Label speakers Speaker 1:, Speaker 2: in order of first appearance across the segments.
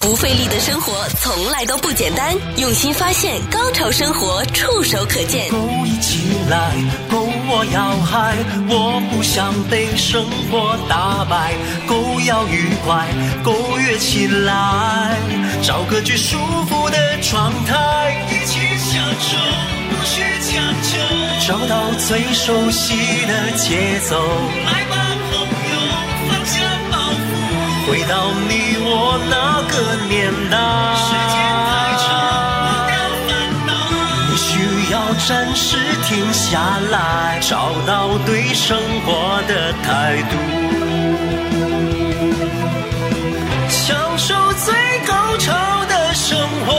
Speaker 1: 不费力的生活从来都不简单，用心发现，高潮生活触手可见
Speaker 2: g。一起来 g 我要嗨，我不想被生活打败 g 要愉快 g 跃起来，找个最舒服的状态，一起享受，不需强求，找到最熟悉的节奏，来吧，朋友，放下包袱，回到你我那个年代。时间太长，你需要暂时停下来，找到对生活的态度，享受最高潮的生活。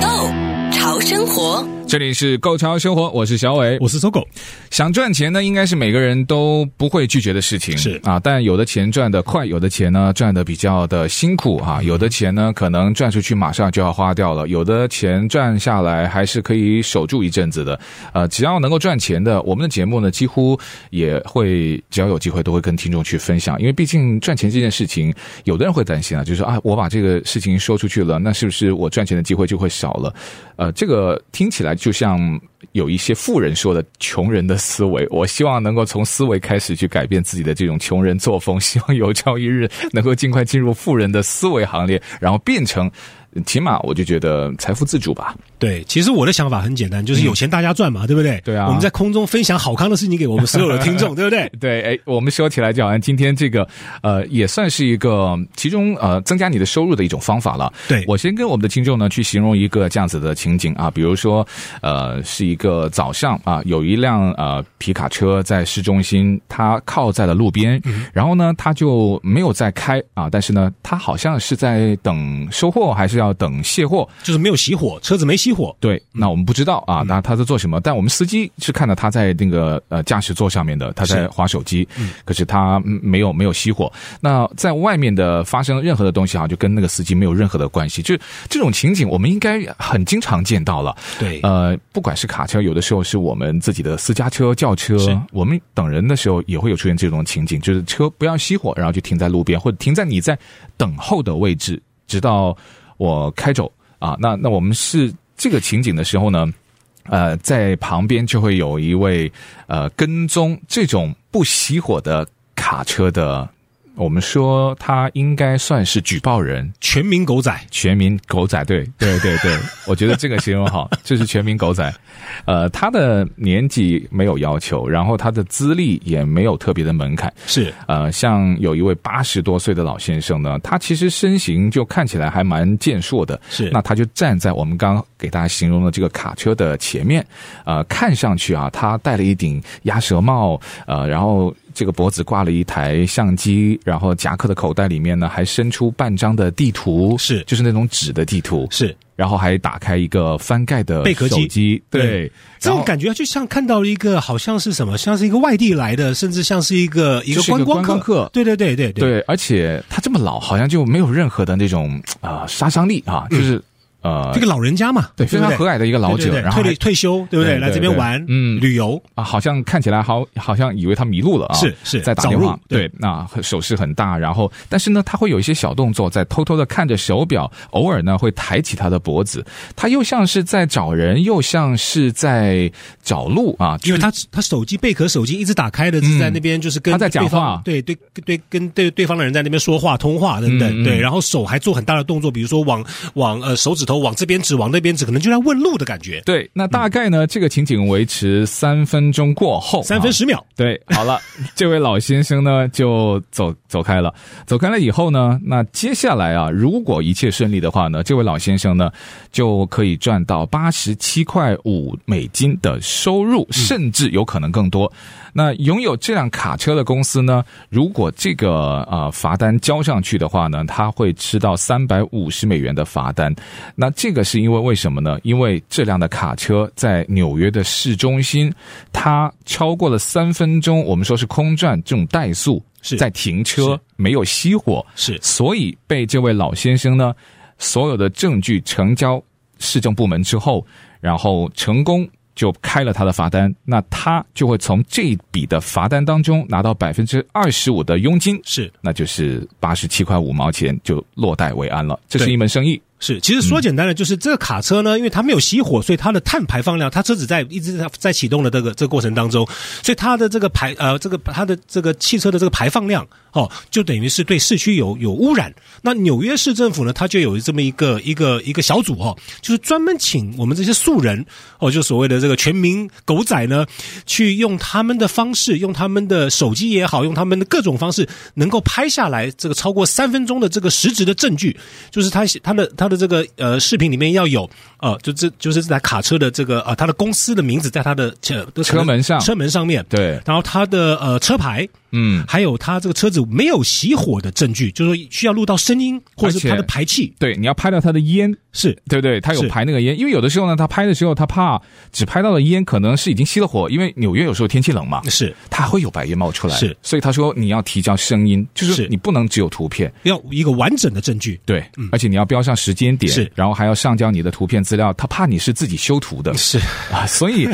Speaker 1: Go，潮生活。
Speaker 3: 这里是购潮生活，我是小伟。
Speaker 4: 我是搜狗，
Speaker 3: 想赚钱呢，应该是每个人都不会拒绝的事情，
Speaker 4: 是
Speaker 3: 啊。但有的钱赚得快，有的钱呢赚得比较的辛苦啊。有的钱呢可能赚出去马上就要花掉了，有的钱赚下来还是可以守住一阵子的。呃，只要能够赚钱的，我们的节目呢几乎也会，只要有机会都会跟听众去分享，因为毕竟赚钱这件事情，有的人会担心啊，就是说啊，我把这个事情说出去了，那是不是我赚钱的机会就会少了？呃，这个听起来就像有一些富人说的穷人的思维。我希望能够从思维开始去改变自己的这种穷人作风，希望有朝一日能够尽快进入富人的思维行列，然后变成，起码我就觉得财富自主吧。
Speaker 4: 对，其实我的想法很简单，就是有钱大家赚嘛，对不对？
Speaker 3: 嗯对啊
Speaker 4: 我们在空中分享好康的事情给我们所有的 听众，对不对？
Speaker 3: 对，哎，我们说起来就好像今天这个，呃，也算是一个其中呃增加你的收入的一种方法了。
Speaker 4: 对
Speaker 3: 我先跟我们的听众呢去形容一个这样子的情景啊，比如说，呃，是一个早上啊，有一辆呃皮卡车在市中心，它靠在了路边，然后呢，它就没有再开啊，但是呢，它好像是在等收货，还是要等卸货？
Speaker 4: 就是没有熄火，车子没熄火，
Speaker 3: 对，那我们不知道啊，那他在做什么？但我们司机是看到他在那个呃驾驶座上面的，他在
Speaker 4: 是
Speaker 3: 划手机，可是他嗯没有没有熄火。那在外面的发生任何的东西啊，就跟那个司机没有任何的关系。就这种情景，我们应该很经常见到了。
Speaker 4: 对
Speaker 3: 呃，不管是卡车，有的时候是我们自己的私家车、轿车
Speaker 4: 是，
Speaker 3: 我们等人的时候也会有出现这种情景，就是车不要熄火，然后就停在路边，或者停在你在等候的位置，直到我开走啊。那那我们是这个情景的时候呢，呃，在旁边就会有一位呃跟踪这种不熄火的卡车的。我们说他应该算是举报人，
Speaker 4: 全民狗仔。
Speaker 3: 全民狗仔队， 对对对，我觉得这个形容 好，就是全民狗仔。呃，他的年纪没有要求，然后他的资历也没有特别的门槛。
Speaker 4: 是
Speaker 3: 呃，像有一位八十多岁的老先生呢，他其实身形就看起来还蛮健硕的，
Speaker 4: 是
Speaker 3: 那他就站在我们刚刚给大家形容的这个卡车的前面，呃，看上去啊，他戴了一顶鸭舌帽，呃，然后这个脖子挂了一台相机，然后夹克的口袋里面呢还伸出半张的地图，
Speaker 4: 是
Speaker 3: 就是那种纸的地图，
Speaker 4: 是，
Speaker 3: 然后还打开一个翻盖的
Speaker 4: 贝壳
Speaker 3: 手
Speaker 4: 机
Speaker 3: 机，对
Speaker 4: 对，这
Speaker 3: 然
Speaker 4: 种
Speaker 3: 后
Speaker 4: 感觉就像看到了一个，好像是什么，像是一个外地来的，甚至像是一个一
Speaker 3: 就
Speaker 4: 个
Speaker 3: 是一个
Speaker 4: 观光
Speaker 3: 观光
Speaker 4: 客。
Speaker 3: 客
Speaker 4: 对对对对对，
Speaker 3: 对，而且他这么老，好像就没有任何的那种啊、呃杀伤力啊，就是、呃
Speaker 4: 这个老人家嘛，
Speaker 3: 对
Speaker 4: 不
Speaker 3: 非常和蔼的一个老者，
Speaker 4: 对对对
Speaker 3: 然后
Speaker 4: 退
Speaker 3: 还
Speaker 4: 了退休，对不
Speaker 3: 对对
Speaker 4: 来这边
Speaker 3: 对
Speaker 4: 玩，
Speaker 3: 嗯
Speaker 4: 旅游，
Speaker 3: 啊，好像看起来好，好像以为他迷路了啊，
Speaker 4: 是是
Speaker 3: 在打
Speaker 4: 早
Speaker 3: 电话
Speaker 4: 入，对
Speaker 3: 那手势很大，然后但是呢，他会有一些小动作，在偷偷的看着手表，偶尔呢会抬起他的脖子，他又像是在找人，又像是在找路啊，
Speaker 4: 因为他他手机贝壳手机一直打开的，是在那边就是跟
Speaker 3: 嗯他在讲
Speaker 4: 对方
Speaker 3: 话
Speaker 4: 对对对，跟对对方的人在那边说话通话等
Speaker 3: 嗯嗯
Speaker 4: 等，对，然后手还做很大的动作，比如说往往呃手指头往这边指，往那边指，可能就在问路的感觉。
Speaker 3: 对，那大概呢，这个情景维持三分钟过后啊，
Speaker 4: 三分十秒，
Speaker 3: 对，好了， 这位老先生呢就走走开了。走开了以后呢，那接下来啊，如果一切顺利的话呢，这位老先生呢就可以赚到八十七块五美金的收入，甚至有可能更多。那拥有这辆卡车的公司呢，如果这个呃罚单交上去的话呢，他会吃到三百五十美元的罚单。那这个是因为为什么呢？因为这辆的卡车在纽约的市中心，它超过了三分钟，我们说是空转这种怠速，
Speaker 4: 是
Speaker 3: 在停车
Speaker 4: 是
Speaker 3: 没有熄火，
Speaker 4: 是
Speaker 3: 所以被这位老先生呢，所有的证据呈交市政部门之后，然后成功就开了他的罚单，那他就会从这一笔的罚单当中拿到百分之二十五的佣金，
Speaker 4: 是
Speaker 3: 那就是八十七块五毛钱，就落袋为安了。这是
Speaker 4: 对
Speaker 3: 一门生意，
Speaker 4: 是，其实说简单了，就是这个卡车呢，因为它没有熄火，所以它的碳排放量，它车子在一直在在启动的这个这个过程当中，所以它的这个排呃这个它的这个汽车的这个排放量哦，就等于是对市区有有污染。那纽约市政府呢，它就有这么一个一个一个小组哦，就是专门请我们这些素人哦，就所谓的这个全民狗仔呢，去用他们的方式，用他们的手机也好，用他们的各种方式，能够拍下来这个超过三分钟的这个实质的证据，就是他他的他的这个呃视频里面要有呃，就这就是这台卡车的这个呃他的公司的名字在他的车
Speaker 3: 车门上
Speaker 4: 车门上面，
Speaker 3: 对
Speaker 4: 然后他的呃车牌。
Speaker 3: 嗯，
Speaker 4: 还有他这个车子没有熄火的证据，就是说需要录到声音或者
Speaker 3: 而且
Speaker 4: 是他的排气，
Speaker 3: 对，你要拍到他的烟，
Speaker 4: 是
Speaker 3: 对不对？他有
Speaker 4: 是
Speaker 3: 排那个烟，因为有的时候呢，他拍的时候他怕只拍到了烟，可能是已经熄了火，因为纽约有时候天气冷嘛，
Speaker 4: 是
Speaker 3: 它会有白烟冒出来，
Speaker 4: 是
Speaker 3: 所以他说你要提交声音，就是
Speaker 4: 是
Speaker 3: 你不能只有图片。
Speaker 4: 要一个完整的证据，
Speaker 3: 对，而且你要标上时间点，
Speaker 4: 是
Speaker 3: 然后还要上交你的图片资料，他怕你是自己修图的，
Speaker 4: 是
Speaker 3: 啊，所以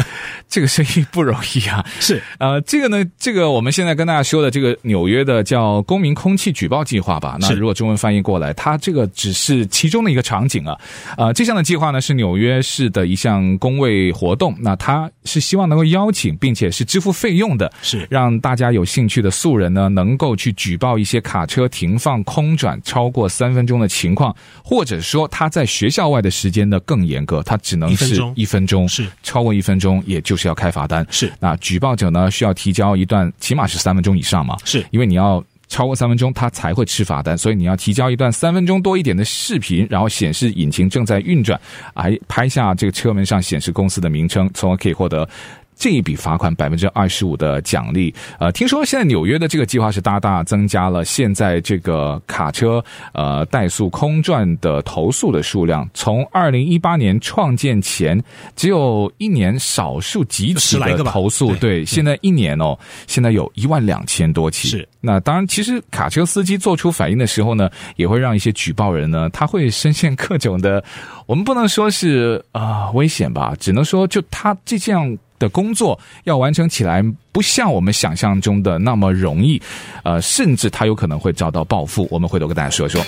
Speaker 3: 这个生意不容易啊。
Speaker 4: 是
Speaker 3: 呃，这个呢，这个我们现在跟大家说的这个纽约的叫公民空气举报计划吧。那
Speaker 4: 是
Speaker 3: 如果中文翻译过来，它这个只是其中的一个场景啊。呃，这项的计划呢是纽约市的一项公卫活动，那它是希望能够邀请并且是支付费用的，
Speaker 4: 是
Speaker 3: 让大家有兴趣的素人呢能够去举报一些卡车停放空转超过三分钟的情况，或者说他在学校外的时间呢更严格，他只能
Speaker 4: 一分
Speaker 3: 是
Speaker 4: 钟
Speaker 3: 一分钟，
Speaker 4: 是
Speaker 3: 超过一分钟，也就是要开罚单。
Speaker 4: 是
Speaker 3: 那举报者呢需要提交一段起码是三分钟以上嘛，
Speaker 4: 是
Speaker 3: 因为你要。超过三分钟，他才会吃罚单，所以你要提交一段三分钟多一点的视频，然后显示引擎正在运转，还拍下这个车门上显示公司的名称，从而可以获得这一笔罚款百分之二十五的奖励。呃，听说现在纽约的这个计划是大大增加了现在这个卡车呃怠速空转的投诉的数量，从二零一八年创建前只有一年少数几起
Speaker 4: 十来
Speaker 3: 的
Speaker 4: 个吧
Speaker 3: 投诉，
Speaker 4: 对嗯
Speaker 3: 对，现在一年哦，现在有一万两千多起。
Speaker 4: 是，
Speaker 3: 那当然，其实卡车司机做出反应的时候呢，也会让一些举报人呢，他会深陷各种的，我们不能说是啊、危险吧，只能说就他这这样。的工作要完成起来，不像我们想象中的那么容易，呃，甚至他有可能会遭到报复。我们回头跟大家说一说。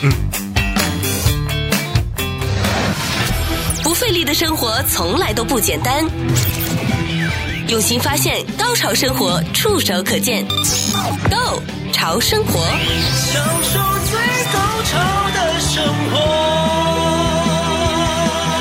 Speaker 1: 不费力的生活从来都不简单。用心发现，高潮生活触手可见 Go 潮生活，
Speaker 2: 享受最高潮的生活。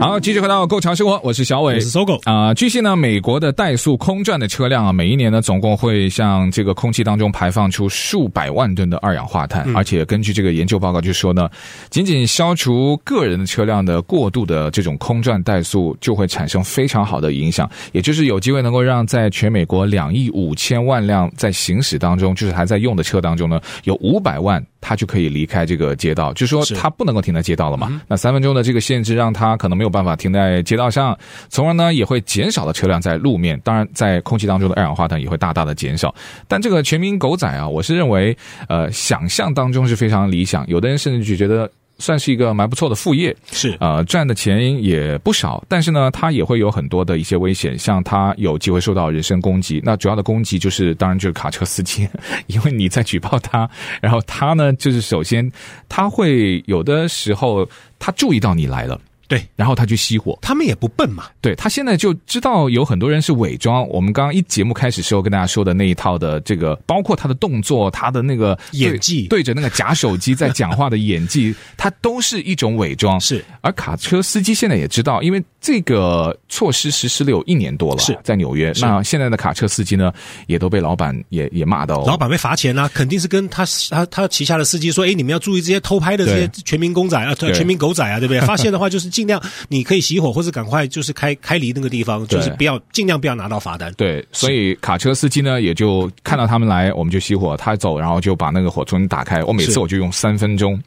Speaker 3: 好，继续回到《购潮生活》，我是小
Speaker 4: 我
Speaker 3: 伟，
Speaker 4: 是搜狗，
Speaker 3: 啊、据悉呢，美国的怠速空转的车辆啊，每一年呢，总共会向这个空气当中排放出数百万吨的二氧化
Speaker 4: 嗯
Speaker 3: 碳。而且根据这个研究报告就说呢，仅仅消除个人的车辆的过度的这种空转怠速，就会产生非常好的影响，也就是有机会能够让在全美国两亿五千万辆在行驶当中，就是还在用的车当中呢，有五百万。它就可以离开这个街道，就说
Speaker 4: 是
Speaker 3: 它不能够停在街道了嘛。那三分钟的这个限制，让它可能没有办法停在街道上，从而呢也会减少了车辆在路面，当然在空气当中的二氧化碳也会大大的减少。但这个全民狗仔啊，我是认为，呃，想象当中是非常理想，有的人甚至就觉得。算是一个蛮不错的副业，
Speaker 4: 是
Speaker 3: 呃，赚的钱也不少，但是呢，它也会有很多的一些危险，像它有机会受到人身攻击。那主要的攻击就是，当然就是卡车司机，因为你在举报他，然后他呢，就是首先他会有的时候他注意到你来了，
Speaker 4: 对
Speaker 3: 然后他去熄火，
Speaker 4: 他们也不笨嘛，
Speaker 3: 对他现在就知道有很多人是伪装。我们刚刚一节目开始时候跟大家说的那一套的这个，包括他的动作、他的那个对
Speaker 4: 演技
Speaker 3: 对着那个假手机在讲话的演技，他都是一种伪装。
Speaker 4: 是，
Speaker 3: 而卡车司机现在也知道，因为这个措施实施了有一年多了，
Speaker 4: 是
Speaker 3: 在纽约。那现在的卡车司机呢，也都被老板也也骂哦到、
Speaker 4: 老板被罚钱啦、啊肯定是跟他他他旗下的司机说，哎，你们要注意这些偷拍的这些
Speaker 3: 对
Speaker 4: 全民公仔啊，
Speaker 3: 对
Speaker 4: 全民狗仔啊，对不对？发现的话就是尽量你可以熄火，或者赶快就是开开离那个地方，就是
Speaker 3: 对
Speaker 4: 不要尽量不要拿到罚单。
Speaker 3: 对，所以卡车司机呢，也就看到他们来，我们就熄火，他走，然后就把那个火重新打开。我每次
Speaker 4: 是
Speaker 3: 我就用三分钟，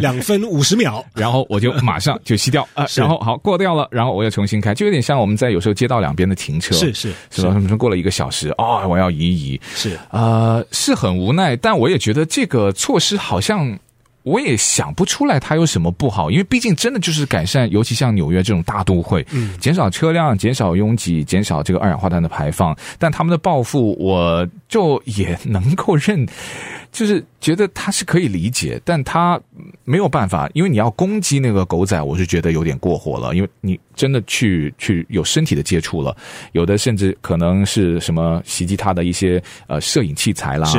Speaker 4: 两分五十秒，
Speaker 3: 然后我就马上就熄掉啊、呃
Speaker 4: 是
Speaker 3: 然后好过掉了，然后我又重新开，就有点像我们在有时候街道两边的停车，
Speaker 4: 是是
Speaker 3: 是吧？他们说过了一个小时，哦，我要移一移，啊
Speaker 4: 是
Speaker 3: 呃，是很无奈，但我也觉得这个措施好像我也想不出来它有什么不好，因为毕竟真的就是改善，尤其像纽约这种大都会，嗯，减少车辆，减少拥挤，减少这个二氧化碳的排放。但他们的报复，我就也能够认，就是觉得它是可以理解，但它没有办法，因为你要攻击那个狗仔，我是觉得有点过火了，因为你真的去去有身体的接触了，有的甚至可能是什么袭击它的一些呃摄影器材啦，
Speaker 4: 是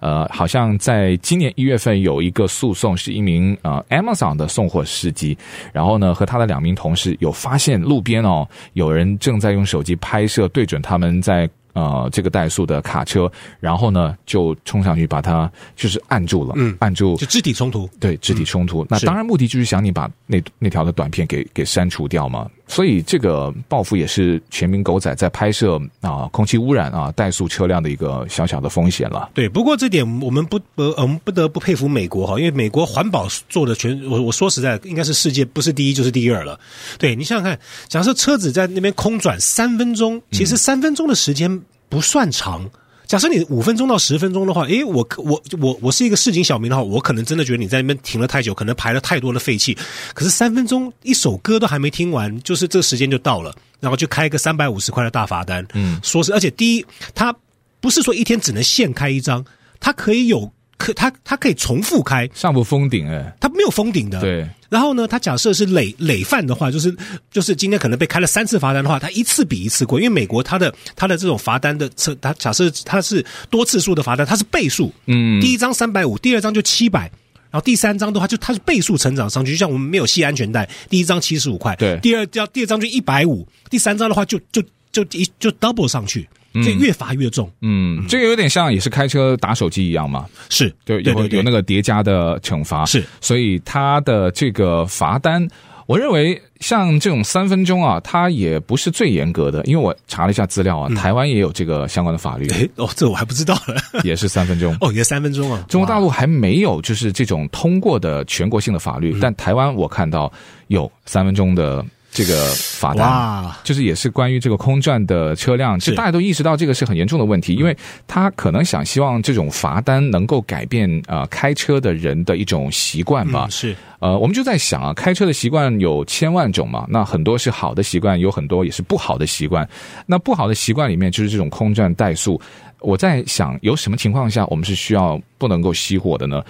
Speaker 3: 呃，好像在今年一月份有一个诉讼，是一名呃 Amazon 的送货司机，然后呢和他的两名同事有发现路边哦有人正在用手机拍摄对准他们在。呃，这个怠速的卡车，然后呢就冲上去把他就是按住了，
Speaker 4: 嗯
Speaker 3: 按住
Speaker 4: 就肢体冲突。
Speaker 3: 对肢体冲突。那
Speaker 4: 是
Speaker 3: 当然目的就是想你把那那条的短片给给删除掉嘛。所以这个报复也是全民狗仔在拍摄啊、空气污染啊、怠速车辆的一个小小的风险了。
Speaker 4: 对，不过这点我们不呃，我们不得不佩服美国哈，因为美国环保做的全，我我说实在，应该是世界不是第一就是第二了。对你想想看，假设车子在那边空转三分钟，其实三分钟的时间不算长。假设你五分钟到十分钟的话，诶，我我我我是一个市井小民的话，我可能真的觉得你在那边停了太久，可能排了太多的废气。可是三分钟一首歌都还没听完，就是这个时间就到了，然后就开一个三百五十块的大罚单。嗯，说是，而且第一，它不是说一天只能限开一张，它可以有可它它可以重复开，
Speaker 3: 上不封顶哎，
Speaker 4: 它没有封顶的。。
Speaker 3: 对，
Speaker 4: 然后呢，他假设是累累犯的话，就是就是今天可能被开了三次罚单的话，他一次比一次贵，因为美国他的他的这种罚单的车，他假设他是多次数的罚单，它是倍数，嗯，第一张三百五，第二张就七百。然后第三张的话，就它是倍数成长上去，就像我们没有系安全带，第一张七十五块，
Speaker 3: 对
Speaker 4: 第二张第二张就一百五，第三张的话就就就一就 double 上去，所以越罚越重，
Speaker 3: 嗯，这个有点像也是开车打手机一样嘛，
Speaker 4: 是
Speaker 3: 对，
Speaker 4: 对
Speaker 3: 有
Speaker 4: 对对
Speaker 3: 有那个叠加的惩罚
Speaker 4: 是
Speaker 3: 所以他的这个罚单，我认为像这种三分钟啊，它也不是最严格的，因为我查了一下资料啊，
Speaker 4: 嗯
Speaker 3: 台湾也有这个相关的法律，
Speaker 4: 哎 哦，这我还不知道了，
Speaker 3: 也是三分钟。
Speaker 4: 哦，也三分钟啊，
Speaker 3: 中国大陆还没有就是这种通过的全国性的法
Speaker 4: 嗯
Speaker 3: 律，但台湾我看到有三分钟的这个罚单。
Speaker 4: 哇，
Speaker 3: 就是也是关于这个空转的车辆，其实
Speaker 4: 是嗯
Speaker 3: 大家都意识到这个是很严重的问题，因为他可能想希望这种罚单能够改变呃开车的人的一种习惯吧
Speaker 4: 嗯，。是
Speaker 3: 呃，我们就在想啊，开车的习惯有千万种嘛，那很多是好的习惯，有很多也是不好的习惯。那不好的习惯里面就是这种空转怠速。我在想，有什么情况下我们是需要不能够熄火的呢？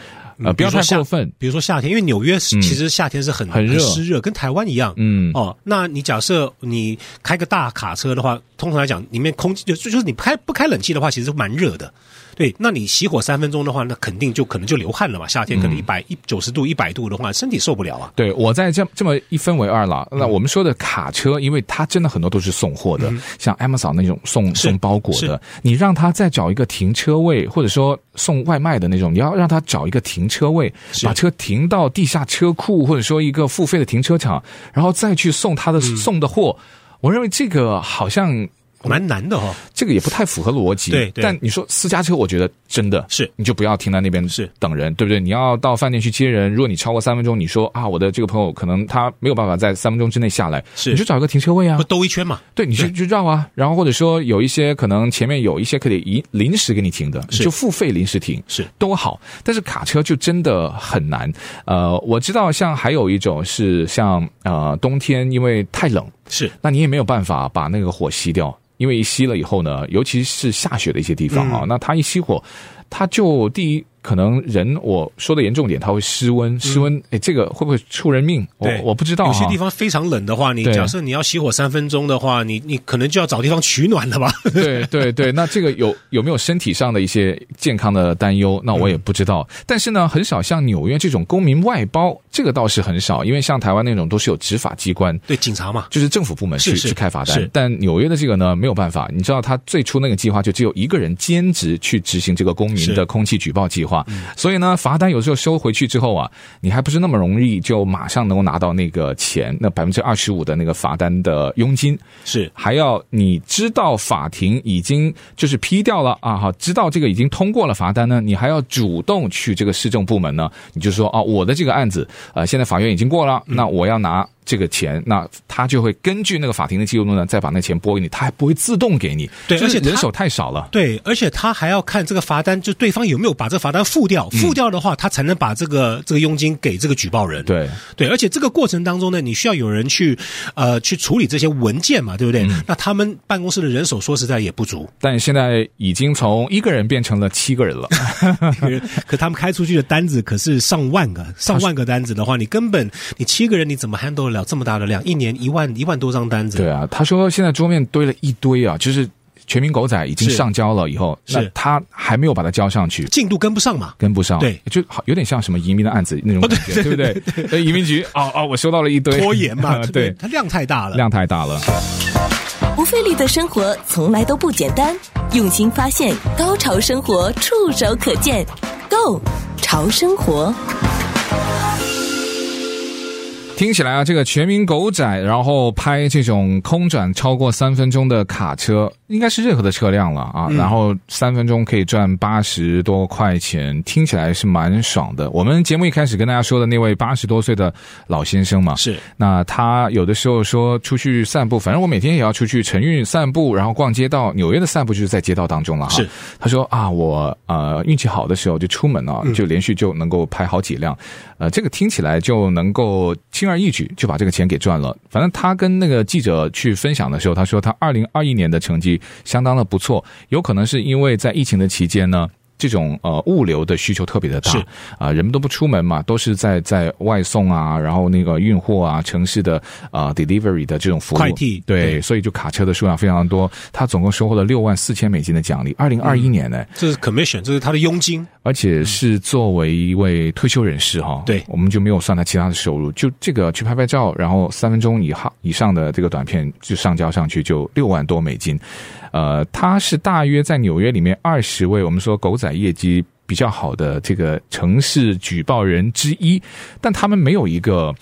Speaker 3: 呃，不要
Speaker 4: 嗯比如
Speaker 3: 太
Speaker 4: 说夏
Speaker 3: 过分。
Speaker 4: 比如说夏天，因为纽约是
Speaker 3: 嗯
Speaker 4: 其实夏天是很、
Speaker 3: 很热
Speaker 4: 湿热，跟台湾一样。
Speaker 3: 嗯，
Speaker 4: 哦，那你假设你开个大卡车的话，通常来讲，里面空气就就就是你开不开冷气的话，其实蛮热的。对，那你熄火三分钟的话，那肯定就可能就流汗了嘛。夏
Speaker 3: 嗯
Speaker 4: 天可能一百一九十度、一百度的话，身体受不了啊。嗯
Speaker 3: 对，我在这这么一分为二了。那我们说的卡车，因为它真的很多都是送货的，像 Amazon 那种送
Speaker 4: 嗯是
Speaker 3: 送包裹的
Speaker 4: 是，
Speaker 3: 你让他再找一个停车位，或者说送外卖的那种，你要让他找一个停车位，
Speaker 4: 是
Speaker 3: 把车停到地下车库，或者说一个付费的停车场，然后再去送他的、
Speaker 4: 嗯
Speaker 3: 送的货。我认为这个好像
Speaker 4: 蛮难的哦，
Speaker 3: 这个也不太符合逻辑。
Speaker 4: 对对
Speaker 3: 但你说私家车，我觉得真的
Speaker 4: 是
Speaker 3: 你就不要停在那边
Speaker 4: 是
Speaker 3: 等人，对不对？你要到饭店去接人，如果你超过三分钟，你说啊，我的这个朋友可能他没有办法在三分钟之内下来，
Speaker 4: 是
Speaker 3: 你就找一个停车位啊
Speaker 4: 不，兜一圈嘛？
Speaker 3: 对，你就就绕啊，然后或者说有一些可能前面有一些可以临临时给你停的，你
Speaker 4: 是
Speaker 3: 就付费临时停，
Speaker 4: 是
Speaker 3: 都好。但是卡车就真的很难。呃，我知道像还有一种是像呃冬天因为太冷，
Speaker 4: 是
Speaker 3: 那你也没有办法把那个火熄掉，因为一熄了以后呢，尤其是下雪的一些地方啊，
Speaker 4: 嗯
Speaker 3: 那它一熄火，它就第一。可能人，我说的严重点，它会失温，失温，哎，这个会不会出人命？我
Speaker 4: 嗯对
Speaker 3: 我不知道、啊。
Speaker 4: 有些地方非常冷的话，你
Speaker 3: 对
Speaker 4: 假设你要熄火三分钟的话，你你可能就要找地方取暖了吧？
Speaker 3: 对对对，那这个有有没有身体上的一些健康的担忧？那我也
Speaker 4: 嗯
Speaker 3: 不知道。但是呢，很少像纽约这种公民外包，这个倒是很少，因为像台湾那种都是有执法机关。
Speaker 4: 对，警察嘛，
Speaker 3: 就是政府部门去
Speaker 4: 是是
Speaker 3: 去开罚单
Speaker 4: 是，
Speaker 3: 但纽约的这个呢没有办法，你知道他最初那个计划就只有一个人兼职去执行这个公民
Speaker 4: 是嗯
Speaker 3: 的空气举报计划，所以呢罚单有时候收回去之后啊，你还不是那么容易就马上能够拿到那个钱，那百分之二十五的那个罚单的佣金，
Speaker 4: 是
Speaker 3: 还要你知道法庭已经就是批掉了啊，哈，知道这个已经通过了罚单呢，你还要主动啊去这个市政部门呢，你就说哦，我的这个案子，呃，现在法院已经过了，那我要拿这个钱，那他就会根据那个法庭的记录呢，再把那钱拨给你，他还不会自动给你。
Speaker 4: 对
Speaker 3: 就是
Speaker 4: 而且他
Speaker 3: 人手太少了。
Speaker 4: 对，而且他还要看这个罚单，就对方有没有把这个罚单付掉，
Speaker 3: 嗯
Speaker 4: 付掉的话，他才能把这个这个佣金给这个举报人。
Speaker 3: 对
Speaker 4: 对，而且这个过程当中呢，你需要有人去呃去处理这些文件嘛，对不对？
Speaker 3: 嗯
Speaker 4: 那他们办公室的人手说实在也不 足，
Speaker 3: 但现在已经从一个人变成了七个人了。
Speaker 4: 可他们开出去的单子可是上万个，上万个单子的话，你根本你七个人你怎么 handle 得了这么大的量？一年一万一万多张单子，
Speaker 3: 对啊，他说现在桌面堆了一堆啊，就是全民狗仔已经
Speaker 4: 是
Speaker 3: 上交了以后，
Speaker 4: 是
Speaker 3: 那他还没有把它交上去。
Speaker 4: 进度跟不上嘛。
Speaker 3: 跟不上，
Speaker 4: 对
Speaker 3: 就好有点像什么移民的案子那种感觉，对不对？呃移民局，哦哦，我收到了一堆
Speaker 4: 拖 延嘛，
Speaker 3: 对，
Speaker 4: 它量太大了。
Speaker 3: 量太大了。
Speaker 1: 不费力的生活从来都不简单，用心发现，高潮生活触手可见 g o 潮生活，
Speaker 3: 听起来啊，这个全民狗仔，然后拍这种空转超过三分钟的卡车，应该是任何的车辆了啊。然后三分钟可以赚八十多块钱，听起来是蛮爽的。我们节目一开始跟大家说的那位八十多岁的老先生嘛，
Speaker 4: 是
Speaker 3: 那他有的时候说出去散步，反正我每天也要出去晨运散步，然后逛街道。纽约的散步就是在街道当中了哈。
Speaker 4: 是，
Speaker 3: 他说啊，我呃运气好的时候就出门啊，就连续就能够拍好几辆，呃，这个听起来就能够轻而易举就把这个钱给赚了。反正他跟那个记者去分享的时候，他说他二零二一年的成绩相当的不错，有可能是因为在疫情的期间呢。这种呃物流的需求特别的大
Speaker 4: 是
Speaker 3: 啊、人们都不出门嘛，都是在在外送啊，然后那个运货啊，城市的啊、呃 delivery 的这种服务，
Speaker 4: 快递
Speaker 3: 对，所以就卡车的数量非常多。他总共收获了六万四千美金的奖励，二零二一
Speaker 4: 嗯
Speaker 3: 年呢、
Speaker 4: 这是 commission，这是他的佣金。
Speaker 3: 而且是作为一位退休人士哈，
Speaker 4: 嗯对
Speaker 3: 我们就没有算他其他的收入，就这个去拍拍照，然后三分钟以哈以上的这个短片就上交上去，就六万多美金，呃，他是大约在纽约里面二十位我们说狗仔业绩比较好的这个城市举报人之一，但他们没有一个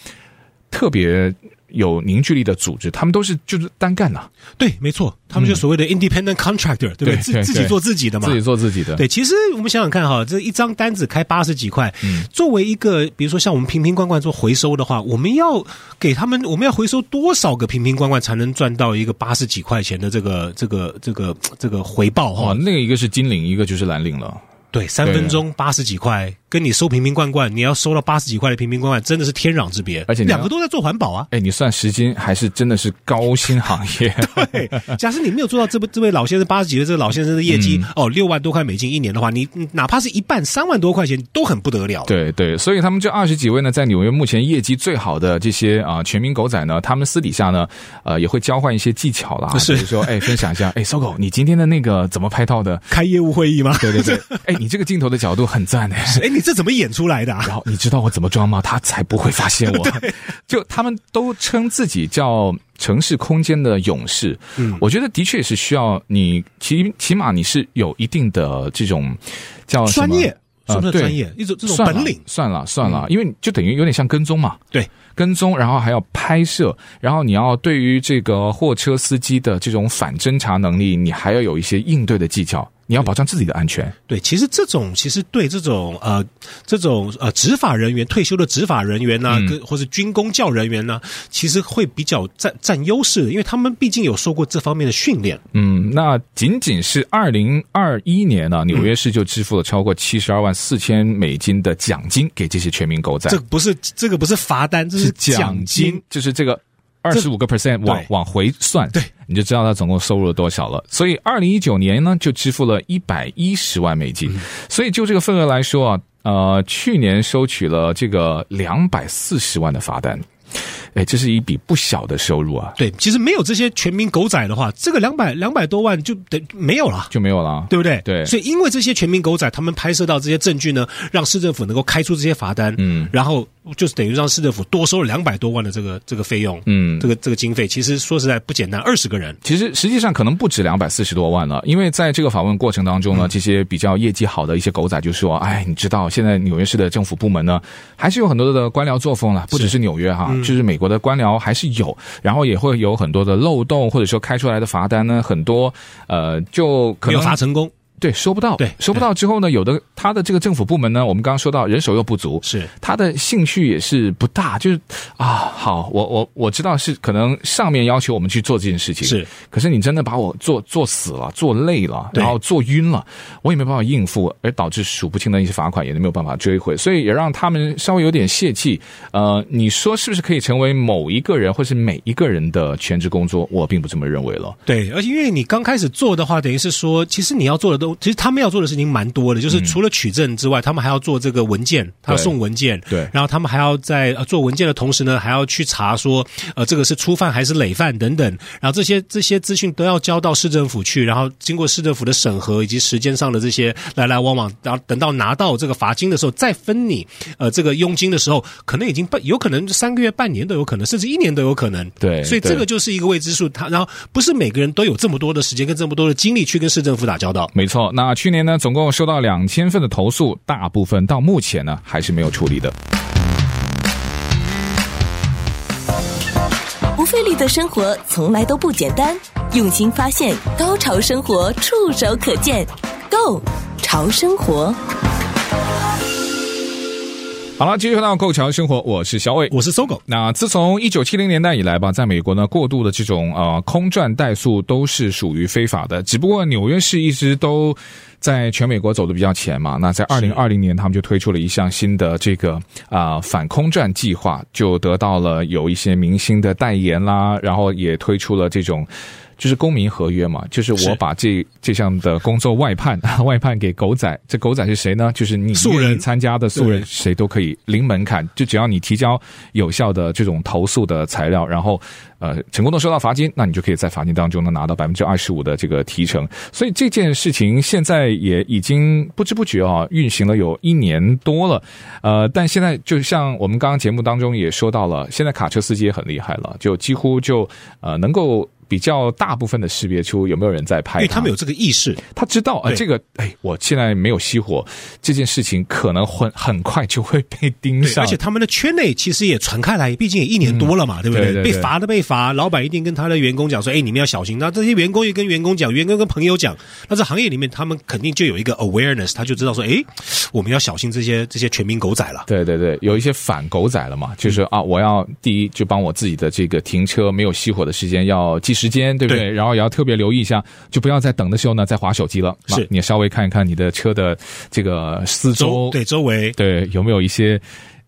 Speaker 3: 特别有凝聚力的组织，他们都是就是单干呐、
Speaker 4: 对，没错，他们就所谓的 independent contractor，、
Speaker 3: 嗯
Speaker 4: 对不
Speaker 3: 对
Speaker 4: 对？
Speaker 3: 对
Speaker 4: 自自己
Speaker 3: 对
Speaker 4: 做自己的嘛
Speaker 3: 自。己做自己的，
Speaker 4: 对，其实我们想想看哈，这一张单子开八十几块，
Speaker 3: 嗯
Speaker 4: 作为一个比如说像我们瓶瓶罐罐做回收的话，我们要给他们，我们要回收多少个瓶瓶罐罐才能赚到一个八十几块钱的这个这个这个这个回报哈？
Speaker 3: 哦，那个一个是金领，一个就是蓝领了。
Speaker 4: 对，三
Speaker 3: 对
Speaker 4: 分钟八十几块，跟你收瓶瓶罐罐，你要收到八十几块的瓶瓶罐罐，真的是天壤之别。
Speaker 3: 而且你要
Speaker 4: 两个都在做环保啊。
Speaker 3: 哎，你算时薪还是真的是高薪行业？
Speaker 4: 对， 假设你没有做到这位这位老先生八十几岁这个老先生的业绩、
Speaker 3: 嗯
Speaker 4: 哦，六万多块美金一年的话，你你哪怕是一半三万多块钱都很不得了。
Speaker 3: 对对，所以他们这二十几位呢，在纽约目前业绩最好的这些啊、全民狗仔呢，他们私底下呢，呃，也会交换一些技巧啦，
Speaker 4: 是
Speaker 3: 比如说，哎，分享一下，哎，搜狗，你今天的那个怎么拍到的？
Speaker 4: 开业务会议吗？
Speaker 3: 对对对，哎，你这个镜头的角度很赞哎。
Speaker 4: 哎，你这怎么演出来的、啊？
Speaker 3: 然后你知道我怎么装吗？他才不会发现 我。就他们都称自己叫城市空间的勇士，嗯，我觉得的确是需要你起起码你是有一定的这种叫什么
Speaker 4: 专业
Speaker 3: 呃
Speaker 4: 算不
Speaker 3: 对
Speaker 4: 算专业？一种这种
Speaker 3: 算
Speaker 4: 本
Speaker 3: 了
Speaker 4: 领，嗯
Speaker 3: 算了算了，因为就等于有点像跟踪嘛，
Speaker 4: 对，
Speaker 3: 跟踪，然后还要拍摄，然后你要对于这个货车司机的这种反侦查能力，你还要有一些应对的技巧，你要保障自己的安全。
Speaker 4: 对，其实这种其实对这种呃这种呃执法人员退休的执法人员呢、
Speaker 3: 嗯
Speaker 4: 跟或是军工教人员呢，其实会比较占占优势的，因为他们毕竟有受过这方面的训练。
Speaker 3: 嗯，那仅仅是二零二一年
Speaker 4: 嗯
Speaker 3: 呢、纽约市就支付了超过七十二万四千美金的奖金给这些全民狗仔，
Speaker 4: 这不是这个不是罚单，这
Speaker 3: 是
Speaker 4: 奖金。，
Speaker 3: 就是这个。二十五个 percent 往
Speaker 4: 对
Speaker 3: 往回算，
Speaker 4: 对，
Speaker 3: 你就知道他总共收入了多少了。所以二零一九年呢，就支付了一百一十万美金。
Speaker 4: 嗯
Speaker 3: 所以就这个份额来说啊，呃，去年收取了这个两百四十万的罚单，哎，这是一笔不小的收入啊，
Speaker 4: 对，其实没有这些全民狗仔的话，这个两百两百多万就得没有了。
Speaker 3: 就没有了啊。
Speaker 4: 对不对？
Speaker 3: 对
Speaker 4: 所以因为这些全民狗仔，他们拍摄到这些证据呢，让市政府能够开出这些罚单，嗯，然后就是等于让市政府多收了两百多万的这个这个费用，
Speaker 3: 嗯
Speaker 4: 这个这个经费，其实说实在不简单，二十个人，
Speaker 3: 其实实际上可能不止两百四十多万了，因为在这个访问过程当中呢，这些比较业绩好的一些狗仔就说：“哎，你知道现在纽约市的政府部门呢，还是有很多的官僚作风了，不只是纽约哈，就是美国的官僚还是有，然后也会有很多的漏洞，或者说开出来的罚单呢，很多呃就可
Speaker 4: 没有
Speaker 3: 能
Speaker 4: 罚成功，
Speaker 3: 对，收不到，
Speaker 4: 对
Speaker 3: 收不到之后呢，有的他的这个政府部门呢，我们刚刚说到人手又不足，
Speaker 4: 是
Speaker 3: 他的兴趣也是不大，就是啊，好，我我我知道是可能上面要求我们去做这件事情，
Speaker 4: 是，
Speaker 3: 可是你真的把我做做死了，做累了，
Speaker 4: 对
Speaker 3: 然后做晕了，我也没办法应付，而导致数不清的一些罚款也没有办法追回，所以也让他们稍微有点泄气。呃，你说是不是可以成为某一个人或是每一个人的全职工作？我并不这么认为了。
Speaker 4: 对，而且因为你刚开始做的话，等于是说，其实你要做的都，其实他们要做的事情蛮多的，就是除了取证之外，他们还要做这个文件，他要
Speaker 3: 对
Speaker 4: 送文件，
Speaker 3: 对
Speaker 4: 然后他们还要在、呃、做文件的同时呢，还要去查说，呃，这个是初犯还是累犯等等，然后这些这些资讯都要交到市政府去，然后经过市政府的审核以及时间上的这些来来往往，然后等到拿到这个罚金的时候，再分你呃这个佣金的时候，可能已经半，有可能三个月、半年都有可能，甚至一年都有可能，
Speaker 3: 对
Speaker 4: 所以
Speaker 3: 对
Speaker 4: 这个就是一个未知数，他然后不是每个人都有这么多的时间跟这么多的精力去跟市政府打交道。
Speaker 3: 没错，那去年呢，总共收到两千份的投诉，大部分到目前呢还是没有处理的。
Speaker 1: 不费力的生活从来都不简单，用心发现，高潮生活触手可见 Go 潮生活。
Speaker 3: 好了，继续回到《购桥生活》，我是小伟。
Speaker 4: 我是搜狗，
Speaker 3: 那自从一九七零年代以来吧，在美国呢，过度的这种呃空转怠速都是属于非法的。只不过纽约市一直都在全美国走的比较前嘛。那在二零二零年，他们就推出了一项新的这个啊、呃反空转计划，就得到了有一些明星的代言啦，然后也推出了这种。就是公民合约嘛，就是我
Speaker 4: 是
Speaker 3: 把这这项的工作外判， 外判给狗仔。这狗仔是谁呢？就是你
Speaker 4: 素
Speaker 3: 愿意
Speaker 4: 人
Speaker 3: 参加的素人
Speaker 4: 对
Speaker 3: 谁都可以，零门槛，就只要你提交有效的这种投诉的材料，然后呃成功的收到罚金，那你就可以在罚金当中呢拿到百分之二十五的这个提成。所以这件事情现在也已经不知不觉啊运行了有一年多了，呃，但现在就像我们刚刚节目当中也说到了，现在卡车司机也很厉害了，就几乎就呃能够。比较大部分的识别出有没有人在
Speaker 4: 因
Speaker 3: 拍，
Speaker 4: 为他们有这个意识，
Speaker 3: 他知道啊、呃
Speaker 4: 对
Speaker 3: 这个哎，我现在没有熄火，这件事情可能很很快就会被盯
Speaker 4: 对，
Speaker 3: 上。嗯
Speaker 4: 而且他们的圈内其实也传开来，毕竟也一年多了嘛，对不
Speaker 3: 对对对
Speaker 4: 被罚的被罚，老板一定跟他的员工讲说，哎，你们要小心。那这些员工也跟员工讲，员工跟朋友讲，那这行业里面他们肯定就有一个 awareness，他就知道说，哎，我们要小心这些这些全民狗仔了。
Speaker 3: 对对对，有一些反狗仔了嘛，
Speaker 4: 嗯
Speaker 3: 就是啊，我要第一就帮我自己的这个停车没有熄火的时间要记时间，对不对？
Speaker 4: 对
Speaker 3: 然后也要特别留意一下，就不要在等的时候呢再划手机了。
Speaker 4: 是
Speaker 3: 啊你稍微看一看你的车的这个四周，
Speaker 4: 对周围。
Speaker 3: 对有没有一些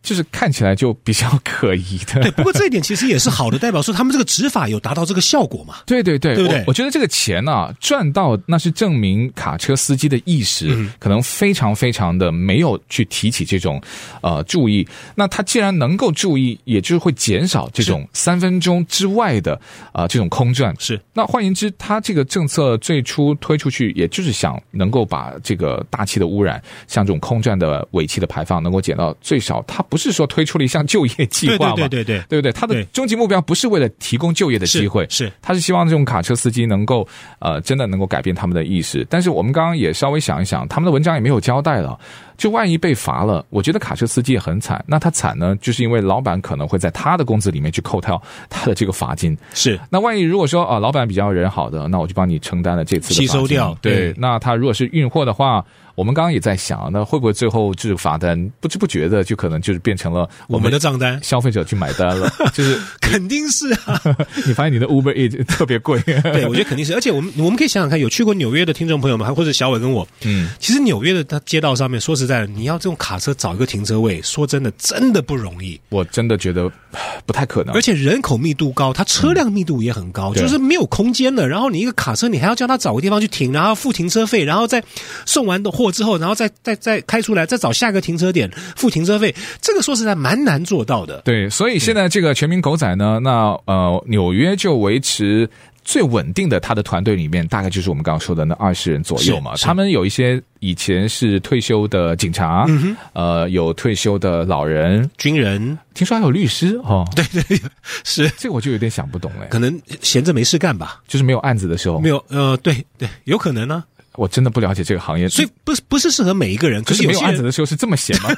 Speaker 3: 就是看起来就比较可疑的。
Speaker 4: 对，不过这一点其实也是好的，代表说他们这个执法有达到这个效果嘛。
Speaker 3: 对对对，
Speaker 4: 对不对
Speaker 3: 我我觉得这个钱啊，赚到那是证明卡车司机的意识、
Speaker 4: 嗯
Speaker 3: 可能非常非常的没有去提起这种呃注意。那他既然能够注意，也就是会减少这种三分钟之外的啊、呃这种空转。
Speaker 4: 是
Speaker 3: 那换言之，他这个政策最初推出去，也就是想能够把这个大气的污染，像这种空转的尾气的排放，能够减到最少。他不是说推出了一项就业计
Speaker 4: 对
Speaker 3: 划嘛？
Speaker 4: 对对对对，
Speaker 3: 对不对？他的
Speaker 4: 对
Speaker 3: 终极目标不是为了提供就业的
Speaker 4: 是
Speaker 3: 机会，
Speaker 4: 是
Speaker 3: 他是希望这种卡车司机能够呃，真的能够改变他们的意识。但是我们刚刚也稍微想一想，他们的文章也没有交代了，就万一被罚了，我觉得卡车司机也很惨。那他惨呢，就是因为老板可能会在他的工资里面去扣掉 他的这个罚金。
Speaker 4: 是
Speaker 3: 那万一如果说啊、老板比较人好的，那我就帮你承担了这次的
Speaker 4: 吸
Speaker 3: 罚金
Speaker 4: 收掉
Speaker 3: 对
Speaker 4: 对，
Speaker 3: 那他如果是运货的话，我们刚刚也在想，那会不会最后这个罚单不知不觉的就可能就是变成了
Speaker 4: 我们的账单
Speaker 3: 消费者去买单 了，就是
Speaker 4: 肯定是啊。
Speaker 3: 你发现你的 Uber Eat 特别贵，
Speaker 4: 对，我觉得肯定是，而且我们我们可以想想看，有去过纽约的听众朋友们，还或者小伟跟我，嗯，其实纽约的它街道上面，说实在的，你要这种卡车找一个停车位，说真的，真的不容易，
Speaker 3: 我真的觉得 不太可能
Speaker 4: 而。且人口密度高，它车辆密度也很高，
Speaker 3: 对
Speaker 4: 就是没有空间了。然后你一个卡车，你还要叫他找个地方去停，然后付停车费，然后再送完的货之后，然后再再再开出来，再找下一个停车点付停车费，这个说实在蛮难做到的。
Speaker 3: 对，所以现在这个全民狗仔呢，那呃，纽约就维持。最稳定的，他的团队里面大概就是我们刚刚说的那二十人左右嘛。
Speaker 4: 是是
Speaker 3: 他们有一些以前是退休的警察，
Speaker 4: 嗯
Speaker 3: 呃，有退休的老人，
Speaker 4: 军人
Speaker 3: 听说还有律师哦。对，
Speaker 4: 是
Speaker 3: 这个我就有点想不懂哎，
Speaker 4: 可能呃闲着没事干吧。
Speaker 3: 就是没有案子的时候，
Speaker 4: 没有，呃，对对，有可能啊呢、
Speaker 3: 我真的不了解这个行业。
Speaker 4: 所以不是不是适合每一个人，可
Speaker 3: 就是是
Speaker 4: 有
Speaker 3: 没有
Speaker 4: 些
Speaker 3: 案子
Speaker 4: 人
Speaker 3: 的时候是这么闲吗？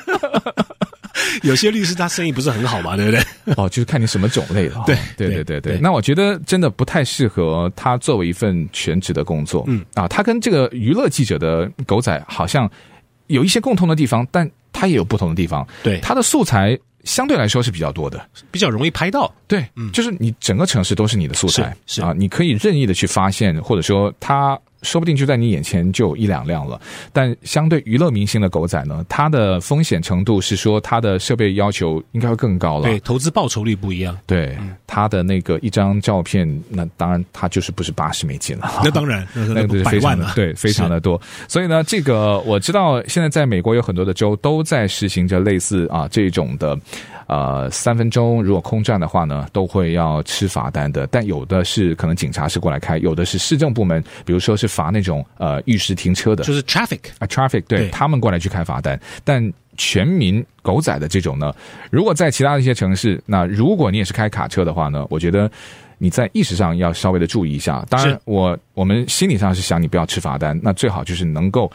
Speaker 4: 有些律师他生意不是很好嘛，对不对？
Speaker 3: 哦，就是看你什么种类了。
Speaker 4: 对
Speaker 3: 对
Speaker 4: 对
Speaker 3: 对对对
Speaker 4: 对。
Speaker 3: 那我觉得真的不太适合他作为一份全职的工作。
Speaker 4: 嗯
Speaker 3: 啊，他跟这个娱乐记者的狗仔好像有一些共同的地方，但他也有不同的地方。
Speaker 4: 对
Speaker 3: 他的素材相对来说是比较多的。
Speaker 4: 比较容易拍到。
Speaker 3: 对，就是你整个城市都是你的素材
Speaker 4: 嗯是是
Speaker 3: 啊，你可以任意的去发现，或者说它说不定就在你眼前就有一两辆了。但相对娱乐明星的狗仔呢，它的风险程度是说它的设备要求应该会更高了。
Speaker 4: 对，投资报酬率不一样。
Speaker 3: 对，
Speaker 4: 嗯
Speaker 3: 它的那个一张照片，那当然它就是不是八十美金了。
Speaker 4: 那当然， 那
Speaker 3: 那
Speaker 4: 那
Speaker 3: 个是
Speaker 4: 百
Speaker 3: 非
Speaker 4: 万
Speaker 3: 常的
Speaker 4: 了，
Speaker 3: 啊哎对，非常
Speaker 4: 是
Speaker 3: 的多。所以呢，这个我知道，现在在美国有很多的州都在实行着类似啊这种的，呃，三分钟如果空战的话呢，都会要吃罚单的。但有的是可能警察是过来开，有的是市政部门，比如说是罚那种呃遇事停车的，
Speaker 4: 就是 traffic。
Speaker 3: 啊 traffic 对
Speaker 4: 对
Speaker 3: 他们过来去开罚单，但全民狗仔的这种呢，如果在其他的一些城市，那如果你也是开卡车的话呢，我觉得。你在意识上要稍微的注意一下，当然
Speaker 4: 是
Speaker 3: 我，我们心理上是想你不要吃罚单，那最好就是能够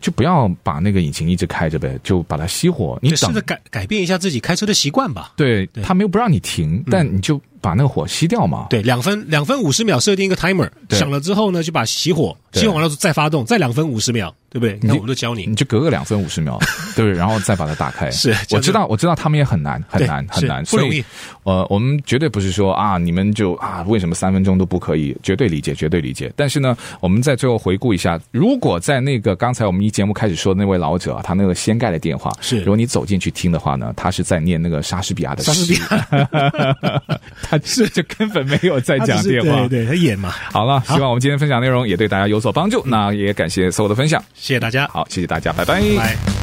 Speaker 3: 就不要把那个引擎一直开着呗，就把它熄火。你
Speaker 4: 对，试
Speaker 3: 等
Speaker 4: 着改改变一下自己开车的习惯吧。
Speaker 3: 对他没有不让你停，
Speaker 4: 嗯
Speaker 3: 但你就把那个火熄掉嘛。
Speaker 4: 对，两分两分五十秒设定一个 timer，
Speaker 3: 对
Speaker 4: 响了之后呢，就把熄火，
Speaker 3: 对
Speaker 4: 熄火完了之后再发动，再两分五十秒，对不对？你看
Speaker 3: 就
Speaker 4: 我们都教你
Speaker 3: 你，就隔个两分五十秒，对，然后再把它打开。
Speaker 4: 是
Speaker 3: 我
Speaker 4: 真的
Speaker 3: 知道，我知道他们也很难，很
Speaker 4: 对
Speaker 3: 难，很
Speaker 4: 是
Speaker 3: 难，
Speaker 4: 不容
Speaker 3: 所
Speaker 4: 易
Speaker 3: 以。呃，我们绝对不是说啊，你们就啊，为什么三分钟都不可以？绝对理解，绝对理解。但是呢，我们在最后回顾一下，如果在那个刚才我们一节目开始说的那位老者啊，他那个掀盖的电话，
Speaker 4: 是
Speaker 3: 如果你走进去听的话呢，他是在念那个莎士比亚的
Speaker 4: 莎士比
Speaker 3: 亚，他是就根本没有在
Speaker 4: 他
Speaker 3: 讲
Speaker 4: 只
Speaker 3: 电
Speaker 4: 是
Speaker 3: 话
Speaker 4: 对。对，他演嘛。
Speaker 3: 好了，希望我们今天分享内容也对大家有所帮助。那也感谢所有的分享，
Speaker 4: 谢谢大家，
Speaker 3: 好，谢谢大家，拜拜。
Speaker 4: 拜。